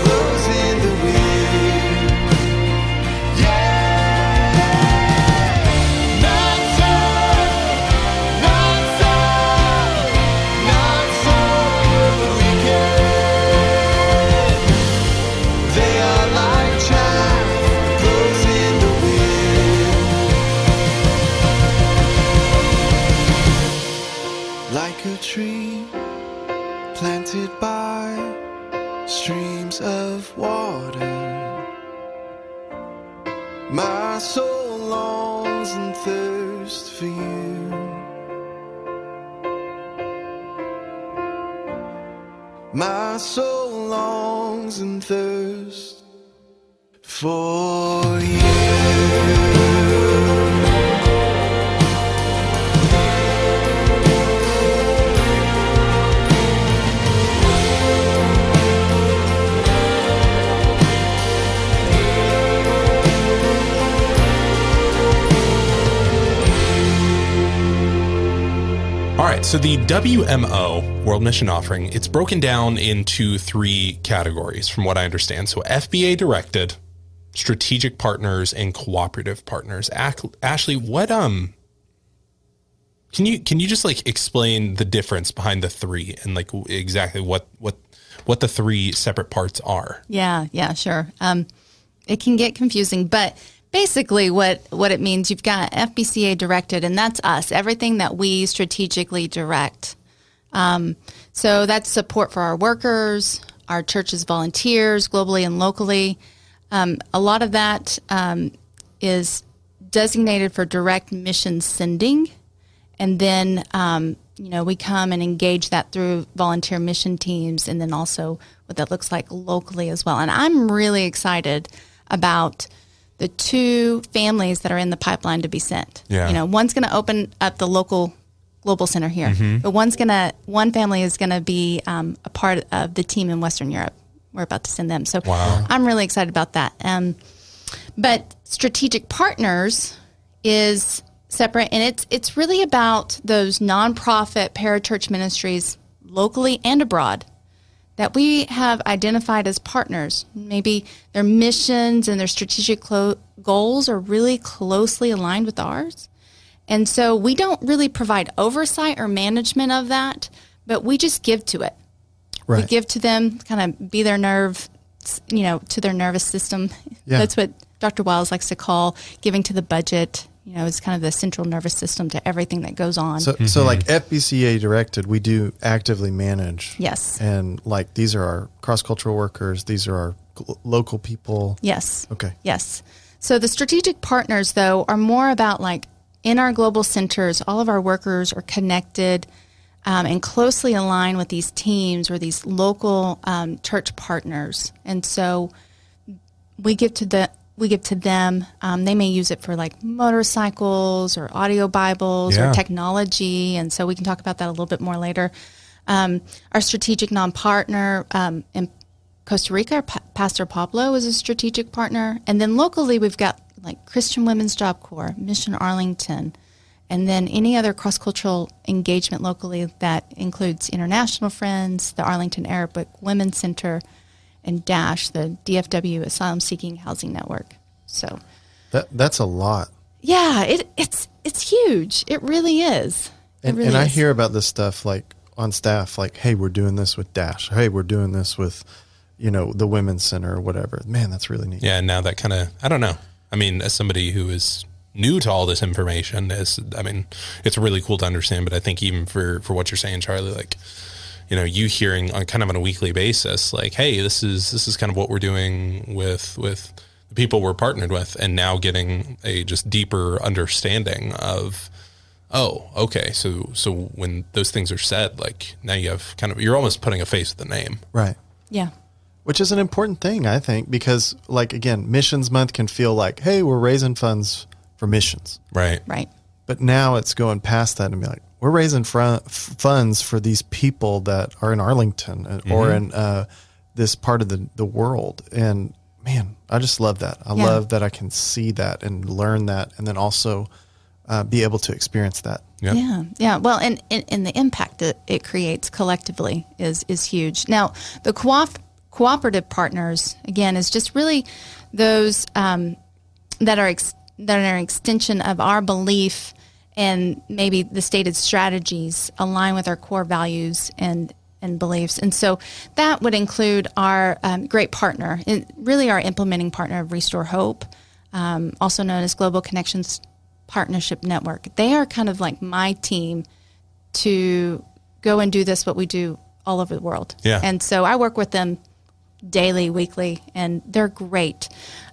Speaker 4: blows in the wind. Yeah, not so. Not so, not so the wicked. They are like chaff that blows in the wind, like a tree planted by streams of water. My soul longs thousand thirsts for you. My soul longs and thirsts for you.
Speaker 1: All right, so the WMO World Mission Offering, it's broken down into three categories from what I understand. So FBA directed, strategic partners and cooperative partners. Ac- Ashley, what um can you can you just like explain the difference behind the three and like w- exactly what what what the three separate parts are?
Speaker 3: Yeah, yeah, sure. Um, it can get confusing, but basically, what what it means, you've got FBCA directed, and that's us. Everything that we strategically direct. Um, so that's support for our workers, our churches, volunteers, globally and locally. Um, a lot of that um, is designated for direct mission sending, and then um, you know we come and engage that through volunteer mission teams and then also what that looks like locally as well and i'm really excited about the two families that are in the pipeline to be sent
Speaker 1: Yeah.
Speaker 3: you know one's going to open up the local global center here
Speaker 1: Mm-hmm.
Speaker 3: but one's going to one family is going to be um, a part of the team in western europe we're about to send them so
Speaker 1: Wow.
Speaker 3: i'm really excited about that um, but strategic partners is separate and it's it's really about those nonprofit parachurch ministries locally and abroad that we have identified as partners maybe their missions and their strategic clo- goals are really closely aligned with ours and so we don't really provide oversight or management of that but we just give to it we
Speaker 2: Right.
Speaker 3: give to them, kind of be their nerve, you know, to their nervous system.
Speaker 2: Yeah.
Speaker 3: That's what Dr. Wiles likes to call giving to the budget. You know, is kind of the central nervous system to everything that goes on.
Speaker 2: So, so like FBCA directed, we do actively manage.
Speaker 3: Yes.
Speaker 2: And like these are our cross cultural workers. These are our gl- local people.
Speaker 3: yes.
Speaker 2: Okay.
Speaker 3: Yes. So the strategic partners, though, are more about like in our global centers, all of our workers are connected um, and closely aligned with these teams or these local um, church partners, and so we give to the we give to them. Um, they may use it for like motorcycles or audio Bibles
Speaker 1: Yeah.
Speaker 3: or technology, and so we can talk about that a little bit more later. Um, our strategic non partner um, in Costa Rica, Pa- Pastor Pablo is a strategic partner, and then locally we've got like Christian Women's Job Corps, Mission Arlington, and then any other cross cultural engagement locally that includes international friends, the Arlington Arabic Women's Center, and DASH, the DFW Asylum Seeking Housing Network. So,
Speaker 2: That that's a lot.
Speaker 3: yeah, it, it's it's huge. It really is. It
Speaker 2: And,
Speaker 3: really
Speaker 2: and I
Speaker 3: is.
Speaker 2: hear about this stuff like on staff, like, hey, we're doing this with Dash. Hey, we're doing this with, you know, the Women's Center or whatever. Man, that's really neat.
Speaker 1: Yeah, and now that kind of I don't know. I mean, as somebody who is new to all this information, is I mean, it's really cool to understand. But I think even for for what you're saying, Charlie, like you know, you hearing on kind of on a weekly basis, like, hey, this is this is kind of what we're doing with with the people we're partnered with, and now getting a just deeper understanding of. Oh, okay. So, so when those things are said, like now you have kind of you're almost putting a face with the name.
Speaker 2: Right.
Speaker 3: yeah.
Speaker 2: Which is an important thing, I think, because like again, missions month can feel like, hey, we're raising funds for missions.
Speaker 1: Right.
Speaker 3: Right.
Speaker 2: But now it's going past that and be like, we're raising fr- f- funds for these people that are in Arlington uh, or in uh, this part of the, the world. And man, I just love that. I
Speaker 3: Yeah.
Speaker 2: love that I can see that and learn that and then also uh, be able to experience that.
Speaker 1: Yep.
Speaker 3: Yeah, yeah. Well, and, and and the impact that it creates collectively is is huge. Now, the coop- cooperative partners again is just really those um, that are ex- that are an extension of our belief and maybe the stated strategies align with our core values and and beliefs. And so that would include our um, great partner, and really our implementing partner of Restore Hope, um, also known as Global Connections Partnership Network. They are kind of like my team to go and do this, what we do all over the world.
Speaker 1: Yeah.
Speaker 3: And so I work with them daily, weekly, and they're great.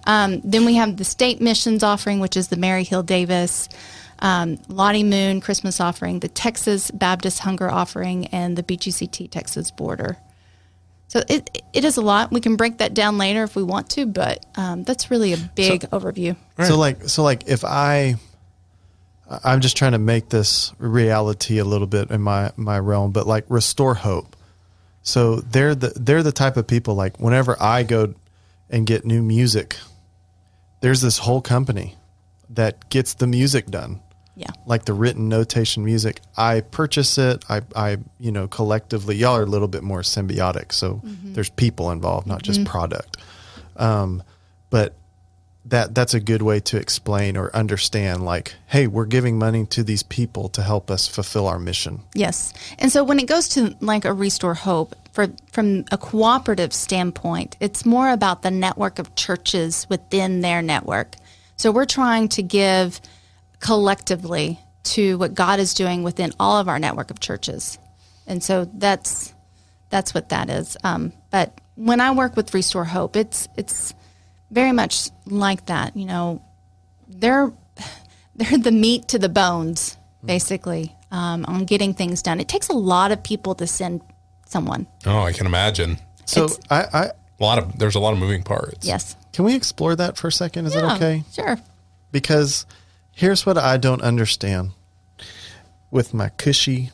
Speaker 3: Um, then we have the state missions offering, which is the Mary Hill Davis, um, Lottie Moon Christmas offering, the Texas Baptist Hunger offering, and the BGCT Texas Border. So it it is a lot. We can break that down later if we want to, but um, that's really a big overview.
Speaker 2: So like so like if I I- I'm just trying to make this reality a little bit in my my realm, but like restore hope. So they're the they're the type of people like whenever I go and get new music, there's this whole company that gets the music done.
Speaker 3: Yeah.
Speaker 2: Like the written notation music. I purchase it. I I you know collectively y'all are a little bit more symbiotic. So
Speaker 3: Mm-hmm.
Speaker 2: there's people involved, not just product. Um but that that's a good way to explain or understand like hey we're giving money to these people to help us fulfill our mission
Speaker 3: Yes. And so when it goes to like a restore hope for from a cooperative standpoint, it's more about the network of churches within their network. So we're trying to give collectively to what God is doing within all of our network of churches. And so that's that's what that is. Um, but when I work with Restore Hope, it's it's very much like that. You know, they're they're the meat to the bones, basically, um, on getting things done. It takes a lot of people to send someone.
Speaker 1: Oh, I can imagine.
Speaker 2: so
Speaker 3: It's-
Speaker 2: I, I
Speaker 1: A lot of there's a lot of moving parts.
Speaker 3: Yes.
Speaker 2: can we explore that for a second is
Speaker 3: Yeah,
Speaker 2: that okay
Speaker 3: Sure.
Speaker 2: because here's what i don't understand with my cushy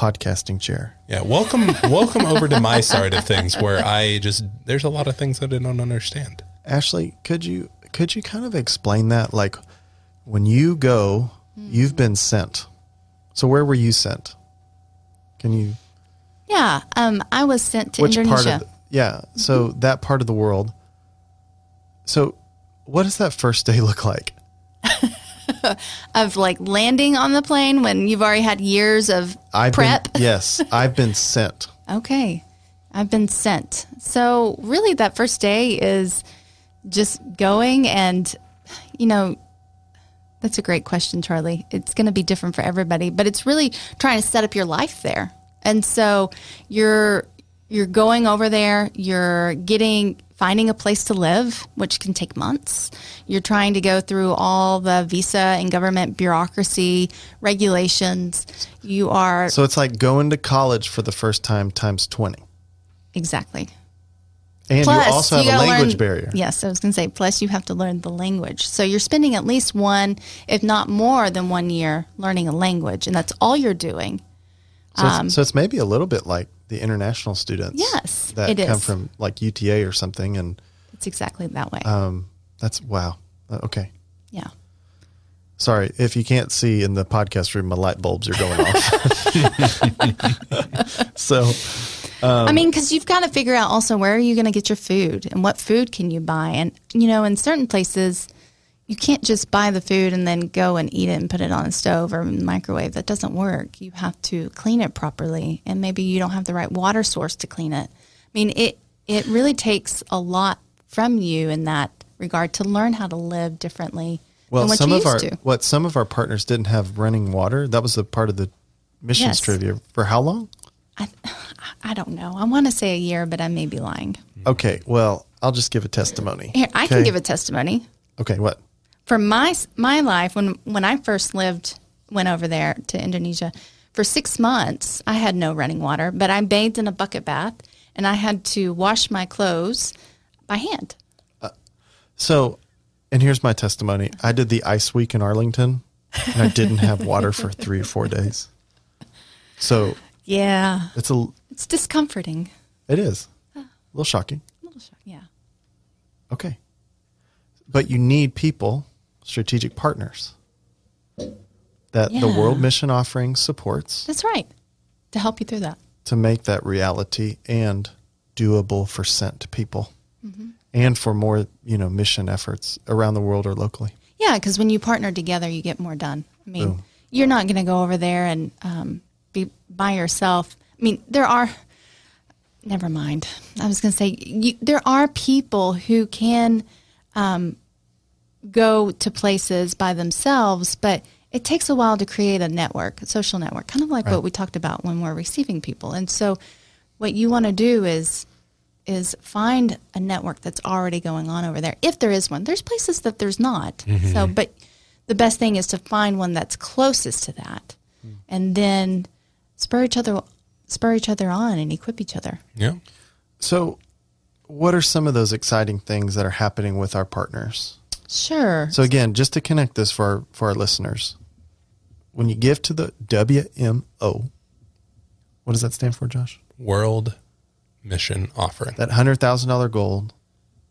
Speaker 2: podcasting chair
Speaker 1: Yeah. Welcome welcome over to my side of things where I just there's a lot of things that I don't understand.
Speaker 2: ashley could you could you kind of explain that like when you go you've been sent so where were you sent can you
Speaker 3: Yeah. Um, I was sent to
Speaker 2: which
Speaker 3: Indonesia.
Speaker 2: part of
Speaker 3: Mm-hmm.
Speaker 2: the- yeah so that part of the world so what does that first day look like
Speaker 3: of like landing on the plane when you've already had years of prep.
Speaker 2: been yes i've been sent
Speaker 3: Okay. I've been sent. So, really, that first day is just going and, you know, that's a great question, Charlie. It's going to be different for everybody, but it's really trying to set up your life there. And so you're you're going over there, you're getting finding a place to live, which can take months. You're trying to go through all the visa and government bureaucracy regulations. You are
Speaker 2: so it's like going to college for the first time times 20
Speaker 3: exactly
Speaker 2: and you also have a
Speaker 3: gotta
Speaker 2: language
Speaker 3: learn-
Speaker 2: barrier
Speaker 3: Yes, I was going to say. Plus, you have to learn the language. So you're spending at least one, if not more than one year, learning a language, and that's all you're doing.
Speaker 2: so,
Speaker 3: um,
Speaker 2: it's, so it's maybe a little bit like the international students
Speaker 3: Yes,
Speaker 2: that
Speaker 3: it
Speaker 2: come
Speaker 3: is.
Speaker 2: from like uta or something and
Speaker 3: It's exactly that way.
Speaker 2: um, that's wow Uh, okay
Speaker 3: yeah.
Speaker 2: sorry if you can't see in the podcast room my light bulbs are going off so Um,
Speaker 3: I mean, because you've got to figure out also where are you going to get your food and what food can you buy, and you know, in certain places. You can't just buy the food and then go and eat it and put it on a stove or microwave. That doesn't work. You have to clean it properly, and maybe you don't have the right water source to clean it. I mean, it it really takes a lot from you in that regard to learn how to live differently
Speaker 2: Well,
Speaker 3: than what
Speaker 2: some
Speaker 3: you
Speaker 2: of
Speaker 3: used
Speaker 2: our
Speaker 3: to.
Speaker 2: what some of our partners didn't have running water. That was a part of the missions
Speaker 3: Yes.
Speaker 2: trivia. For how long?
Speaker 3: I, I don't know. I want to say a year, but I may be lying.
Speaker 2: Okay. Well, I'll just give a testimony.
Speaker 3: Here, I can
Speaker 2: Okay?
Speaker 3: give a testimony.
Speaker 2: Okay. What?
Speaker 3: for my my life when when I first lived went over there to Indonesia for 6 months I had no running water but I bathed in a bucket bath and I had to wash my clothes by hand
Speaker 2: So, and here's my testimony. I did the ice week in Arlington, and I didn't have water for three or four days. So
Speaker 3: yeah
Speaker 2: it's a
Speaker 3: it's discomforting
Speaker 2: it is a little shocking.
Speaker 3: A little shock, yeah
Speaker 2: Okay. But you need people, strategic partners, that the
Speaker 3: Yeah.
Speaker 2: World Mission Offering supports.
Speaker 3: that's right to help you through that
Speaker 2: to make that reality and doable for sent people and for more you know mission efforts around the world or locally
Speaker 3: yeah cuz when you partner together you get more done I mean you're not going to go over there and um, be by yourself I mean there are never mind. I was going to say you, there are people who can um, go to places by themselves, but it takes a while to create a network, a social network, kind of like what we talked about when we're receiving people. And so, what you want to do is is find a network that's already going on over there if there is one there's places that there's not so
Speaker 2: Mm-hmm.
Speaker 3: but the best thing is to find one that's closest to that
Speaker 2: Mm.
Speaker 3: and then spur each other spur each other on and equip each other
Speaker 1: Yeah.
Speaker 2: So, what are some of those exciting things that are happening with our partners?
Speaker 3: sure
Speaker 2: So again, just to connect this for our, for our listeners, when you give to the WMO, what does that stand for, Josh?
Speaker 1: World mission offering.
Speaker 2: That hundred thousand dollar goal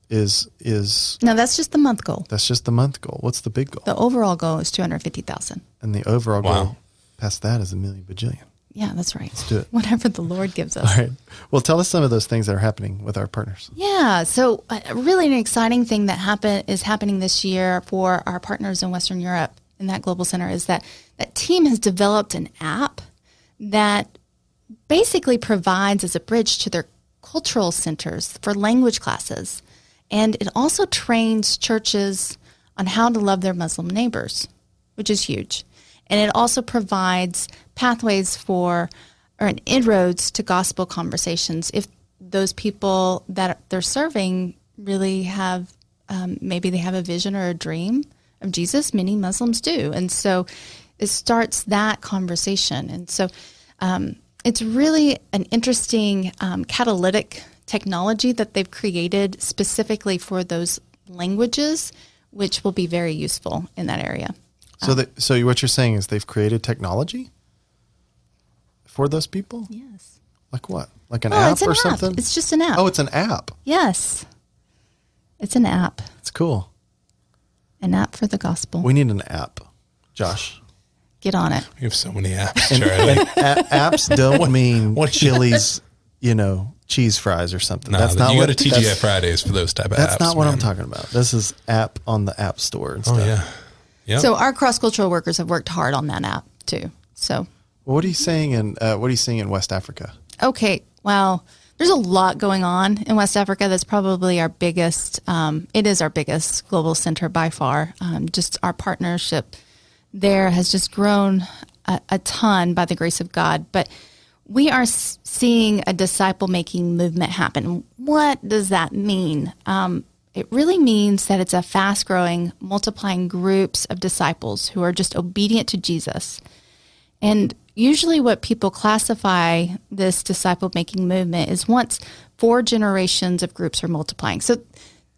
Speaker 2: is is
Speaker 3: now that's just the month goal
Speaker 2: that's just the month goal. What's the big goal?
Speaker 3: the overall goal is 250000
Speaker 2: And the overall
Speaker 1: Wow.
Speaker 2: goal past that is a million bajillion.
Speaker 3: yeah that's right Let's
Speaker 2: do it.
Speaker 3: whatever the lord gives us
Speaker 2: All right. Well, tell us some of those things that are happening with our partners.
Speaker 3: Yeah, so uh, really an exciting thing that happen is happening this year for our partners in Western Europe in that global center is that that team has developed an app that basically provides as a bridge to their cultural centers for language classes and it also trains churches on how to love their Muslim neighbors, which is huge. And it also provides pathways for or an inroads to gospel conversations if those people that they're serving really have um, maybe they have a vision or a dream of Jesus. Many Muslims do, and so it starts that conversation. And so um, it's really an interesting um, catalytic technology that they've created specifically for those languages, which will be very useful in that area. Uh.
Speaker 2: So that so what you're saying is they've created technology for those people?
Speaker 3: Yes.
Speaker 2: Like what? Like an
Speaker 3: Well,
Speaker 2: app
Speaker 3: Oh, it's an
Speaker 2: or
Speaker 3: app.
Speaker 2: something?
Speaker 3: It's just an app.
Speaker 2: Oh, it's an app.
Speaker 3: yes. It's an app,
Speaker 2: It's cool.
Speaker 3: an app for the gospel.
Speaker 2: We need an app, Josh.
Speaker 3: Get on it.
Speaker 1: We have so many apps, Charlie.
Speaker 2: A- apps don't mean
Speaker 1: what-
Speaker 2: Chili's, you know, cheese fries or something.
Speaker 1: Nah,
Speaker 2: that's not
Speaker 1: you
Speaker 2: what
Speaker 1: go to TGI
Speaker 2: That's,
Speaker 1: Fridays for those type of apps.
Speaker 2: that's not what
Speaker 1: man.
Speaker 2: I'm talking about. This is app on the app store and stuff.
Speaker 1: Oh yeah. Yeah.
Speaker 3: So our cross-cultural workers have worked hard on that app too. So
Speaker 2: Well, what are you saying in uh, What are you saying in West Africa?
Speaker 3: okay, well, there's a lot going on in West Africa. That's probably our biggest. Um, it is our biggest global center by far. Um, just our partnership there has just grown a, a ton by the grace of God. But we are s- seeing a disciple-making movement happen. What does that mean? Um, it really means that it's a fast-growing, multiplying groups of disciples who are just obedient to Jesus. And usually, what people classify this disciple making movement is once four generations of groups are multiplying. So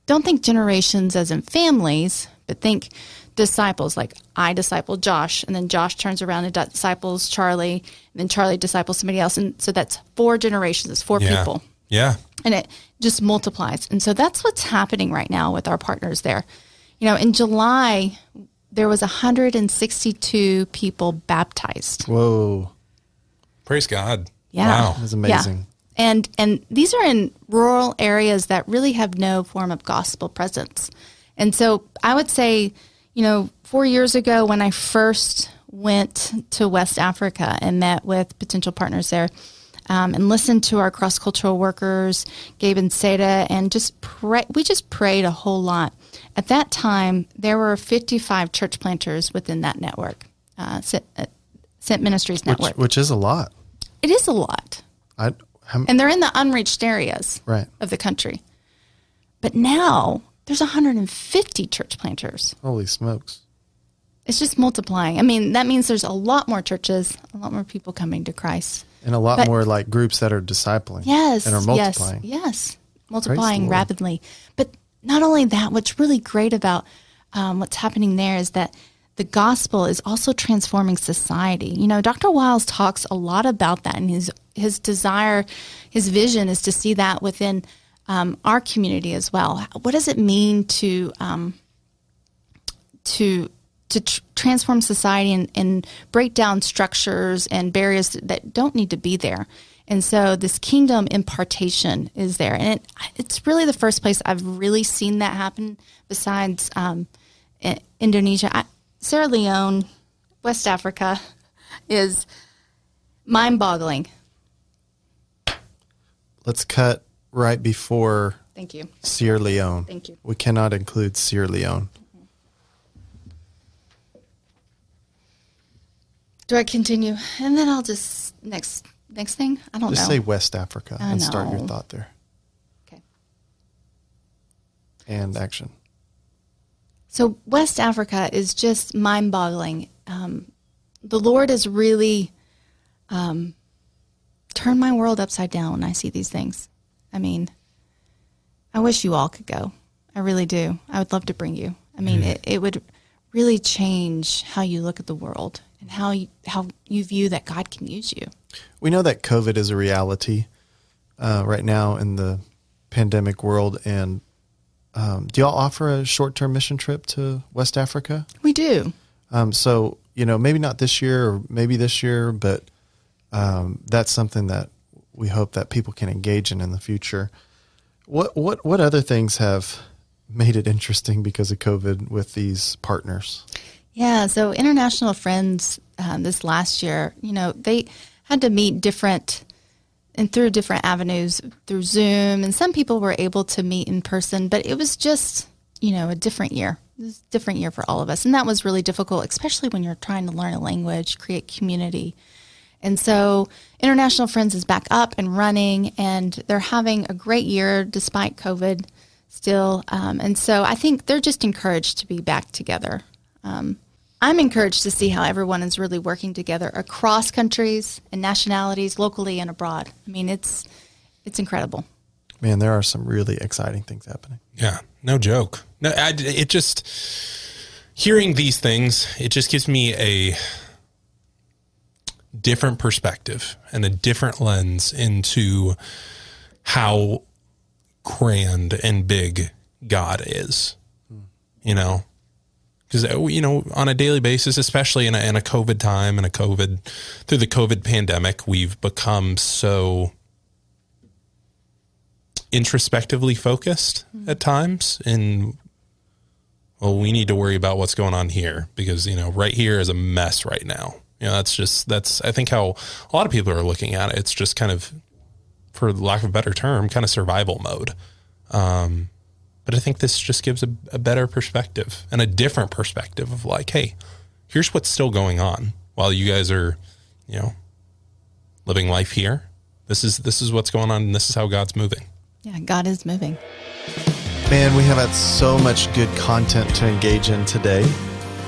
Speaker 3: don't think generations as in families, but think disciples. Like I disciple Josh, and then Josh turns around and disciples Charlie, and then Charlie disciples somebody else. And so that's four generations, it's four
Speaker 1: yeah.
Speaker 3: people
Speaker 1: Yeah.
Speaker 3: and it just multiplies. And so that's what's happening right now with our partners there. You know, in July, there was 162 people baptized.
Speaker 2: Whoa,
Speaker 1: Praise God.
Speaker 3: Yeah.
Speaker 1: Wow.
Speaker 2: that's amazing.
Speaker 3: Yeah. And and these are in rural areas that really have no form of gospel presence. And so I would say, you know, 4 years ago when I first went to West Africa and met with potential partners there um, and listened to our cross-cultural workers, Gabe and Seda, and just pray, we just prayed a whole lot. At that time, there were 55 church planters within that network, uh, Sent, uh, Sent Ministries
Speaker 2: Which,
Speaker 3: network.
Speaker 2: which is a lot.
Speaker 3: it is a lot
Speaker 2: I how,
Speaker 3: and they're in the unreached areas
Speaker 2: right.
Speaker 3: of the country. But now there's 150 church planters.
Speaker 2: Holy smokes!
Speaker 3: It's just multiplying. I mean, that means there's a lot more churches, a lot more people coming to Christ.
Speaker 2: And a lot
Speaker 3: But-
Speaker 2: more like groups that are discipling.
Speaker 3: Yes,
Speaker 2: and are multiplying.
Speaker 3: yes, yes,
Speaker 2: Praise the
Speaker 3: multiplying
Speaker 2: Lord.
Speaker 3: rapidly. But not only that, what's really great about um, what's happening there is that the gospel is also transforming society. You know, Dr. Wiles talks a lot about that, and his his desire, his vision is to see that within um, our community as well. What does it mean to um, to to tr- transform society and, and break down structures and barriers that don't need to be there. And so this kingdom impartation is there, and it, it's really the first place I've really seen that happen. Besides um, I- Indonesia, I, Sierra Leone, West Africa is mind-boggling.
Speaker 2: Let's cut right before
Speaker 3: Thank you.
Speaker 2: Sierra Leone.
Speaker 3: Thank you.
Speaker 2: We cannot include Sierra Leone.
Speaker 3: Do I continue? And then I'll just next next thing. I don't
Speaker 2: Just
Speaker 3: know.
Speaker 2: say West Africa
Speaker 3: Oh, I
Speaker 2: and start your
Speaker 3: know.
Speaker 2: thought there. and action.
Speaker 3: So West Africa is just mind boggling. Um, the Lord has really um, turned my world upside down when I see these things. I mean, I wish you all could go. I really do. I would love to bring you. I mean, it, it would really change how you look at the world and how you, how you view that God can use you.
Speaker 2: We know that COVID is a reality uh, right now in the pandemic world. And um, do y'all offer a short term mission trip to West Africa?
Speaker 3: We do.
Speaker 2: Um, so, you know, maybe not this year or maybe this year, but um, that's something that we hope that people can engage in in the future. What, what, what other things have made it interesting because of COVID with these partners?
Speaker 3: Yeah, so International Friends um, this last year, you know, they had to meet different and through different avenues through Zoom, and some people were able to meet in person, but it was just, you know, a different year. It was a different year for all of us. And that was really difficult, especially when you're trying to learn a language, create community. And so International Friends is back up and running, and they're having a great year despite COVID still. Um, and so I think they're just encouraged to be back together. Um, I'm encouraged to see how everyone is really working together across countries and nationalities, locally and abroad. I mean, it's it's incredible.
Speaker 2: Man, there are some really exciting things happening.
Speaker 1: Yeah, no joke. No, I, it just hearing these things, it just gives me a different perspective and a different lens into how grand and big God is. You know, because you know on a daily basis especially in a, in a covid time and a covid through the covid pandemic we've become so introspectively focused at times and well we need to worry about what's going on here because you know right here is a mess right now you know that's just that's i think how a lot of people are looking at it it's just kind of for lack of a better term kind of survival mode Um, but I think this just gives a, a better perspective and a different perspective of like, hey, here's what's still going on while you guys are, you know, living life here. This is this is what's going on and this is how God's moving.
Speaker 3: Yeah, God is moving.
Speaker 2: Man, we have had so much good content to engage in today.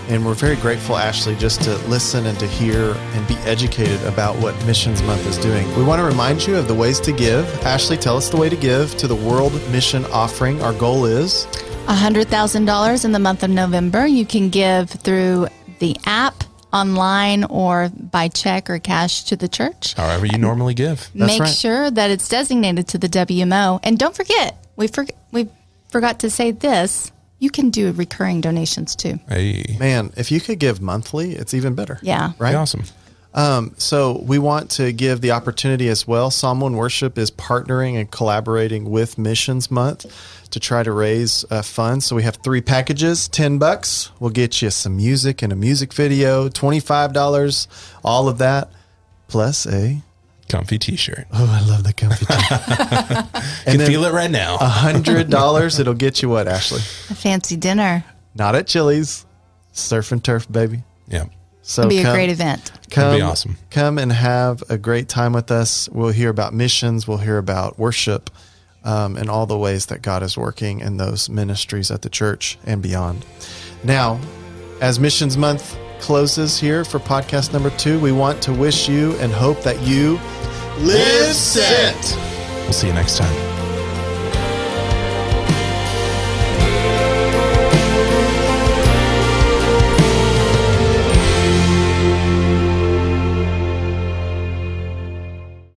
Speaker 2: And we're very grateful, Ashley, just to listen and to hear and be educated about what Missions Month is doing. We want to remind you of the ways to give. Ashley, tell us the way to give to the World Mission Offering. Our goal is
Speaker 3: $100,000 in the month of November. You can give through the app, online, or by check or cash to the church.
Speaker 1: However you normally give.
Speaker 3: Make
Speaker 2: right.
Speaker 3: sure that it's designated to the WMO. And don't forget, we, for, we forgot to say this you can do recurring donations too.
Speaker 1: Hey.
Speaker 2: man, if you could give monthly, it's even better.
Speaker 3: Yeah.
Speaker 2: Right?
Speaker 1: Be awesome.
Speaker 2: So we want to give the opportunity as well. Psalm One Worship is partnering and collaborating with Missions Month to try to raise uh, funds. So we have three packages: ten bucks, we'll get you some music and a music video; twenty-five dollars, all of that, plus a
Speaker 1: Comfy t shirt.
Speaker 2: oh, I love the comfy. towel.
Speaker 1: Can
Speaker 2: and then Uh-huh.
Speaker 1: feel it right now.
Speaker 2: hundred dollars, it'll get you what Ashley?
Speaker 3: A fancy dinner.
Speaker 2: Not at Chili's, surf and turf, baby.
Speaker 1: yeah.
Speaker 2: So
Speaker 3: be a
Speaker 2: come-
Speaker 3: great event.
Speaker 2: Come,
Speaker 1: That'd be awesome.
Speaker 2: Come and have a great time with us. We'll hear about missions. We'll hear about worship um, and all the ways that God is working in those ministries at the church and beyond. Now, as Missions Month closes here for podcast number two, we want to wish you and hope that you
Speaker 1: We'll see you next time.